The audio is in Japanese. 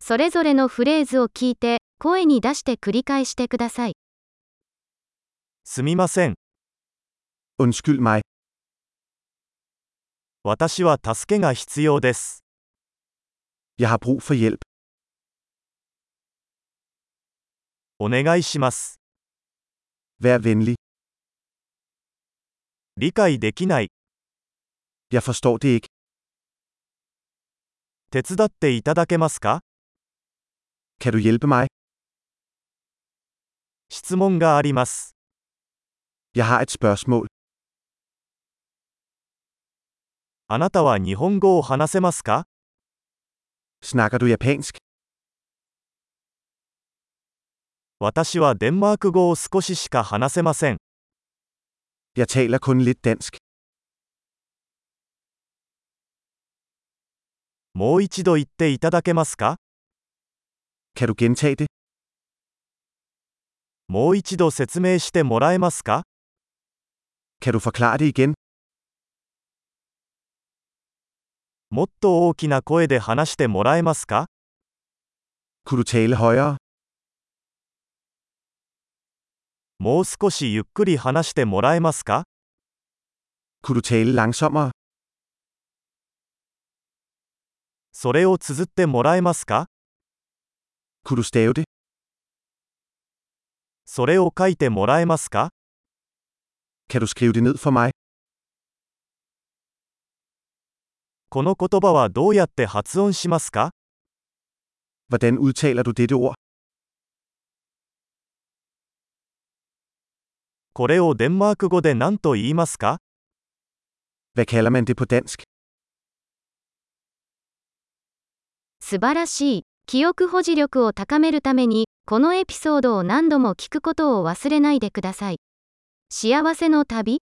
それぞれのフレーズを聞いて、声に出して繰り返してください。すみません。 Undskyld mig. 私は助けが必要です。 Jeg har brug for hjælp. お願いします。 Vær venlig. 理解できない。 Jeg forstår det ikke. 手伝っていただけますか Kan du hjælpe mig? 質問があります。 Jeg har et spørgsmål. あなたは日本語を話せますか Snakker du japansk? 私はデンマーク語を少ししか話せません。 Jeg taler kun lidt dansk. もう一度言っていただけますか Kan du gentage det? もう一度説明してもらえますか Kan du forklare det igen? もっと大きな声で話してもらえますか Kunne du tale højere? もう少しゆっくり話してもらえますか Kunne du tale langsommere? それを綴ってもらえますか Kunne du stave det? それを書いてもらえますか Kan du skrive det ned for mig? この言葉はどうやって発音しますか Hvordan udtaler du dette ord? これをデンマーク語で何と言いますか Hvad kalder man det på dansk? 素晴らしい。記憶保持力を高めるために、このエピソードを何度も聞くことを忘れないでください。幸せの旅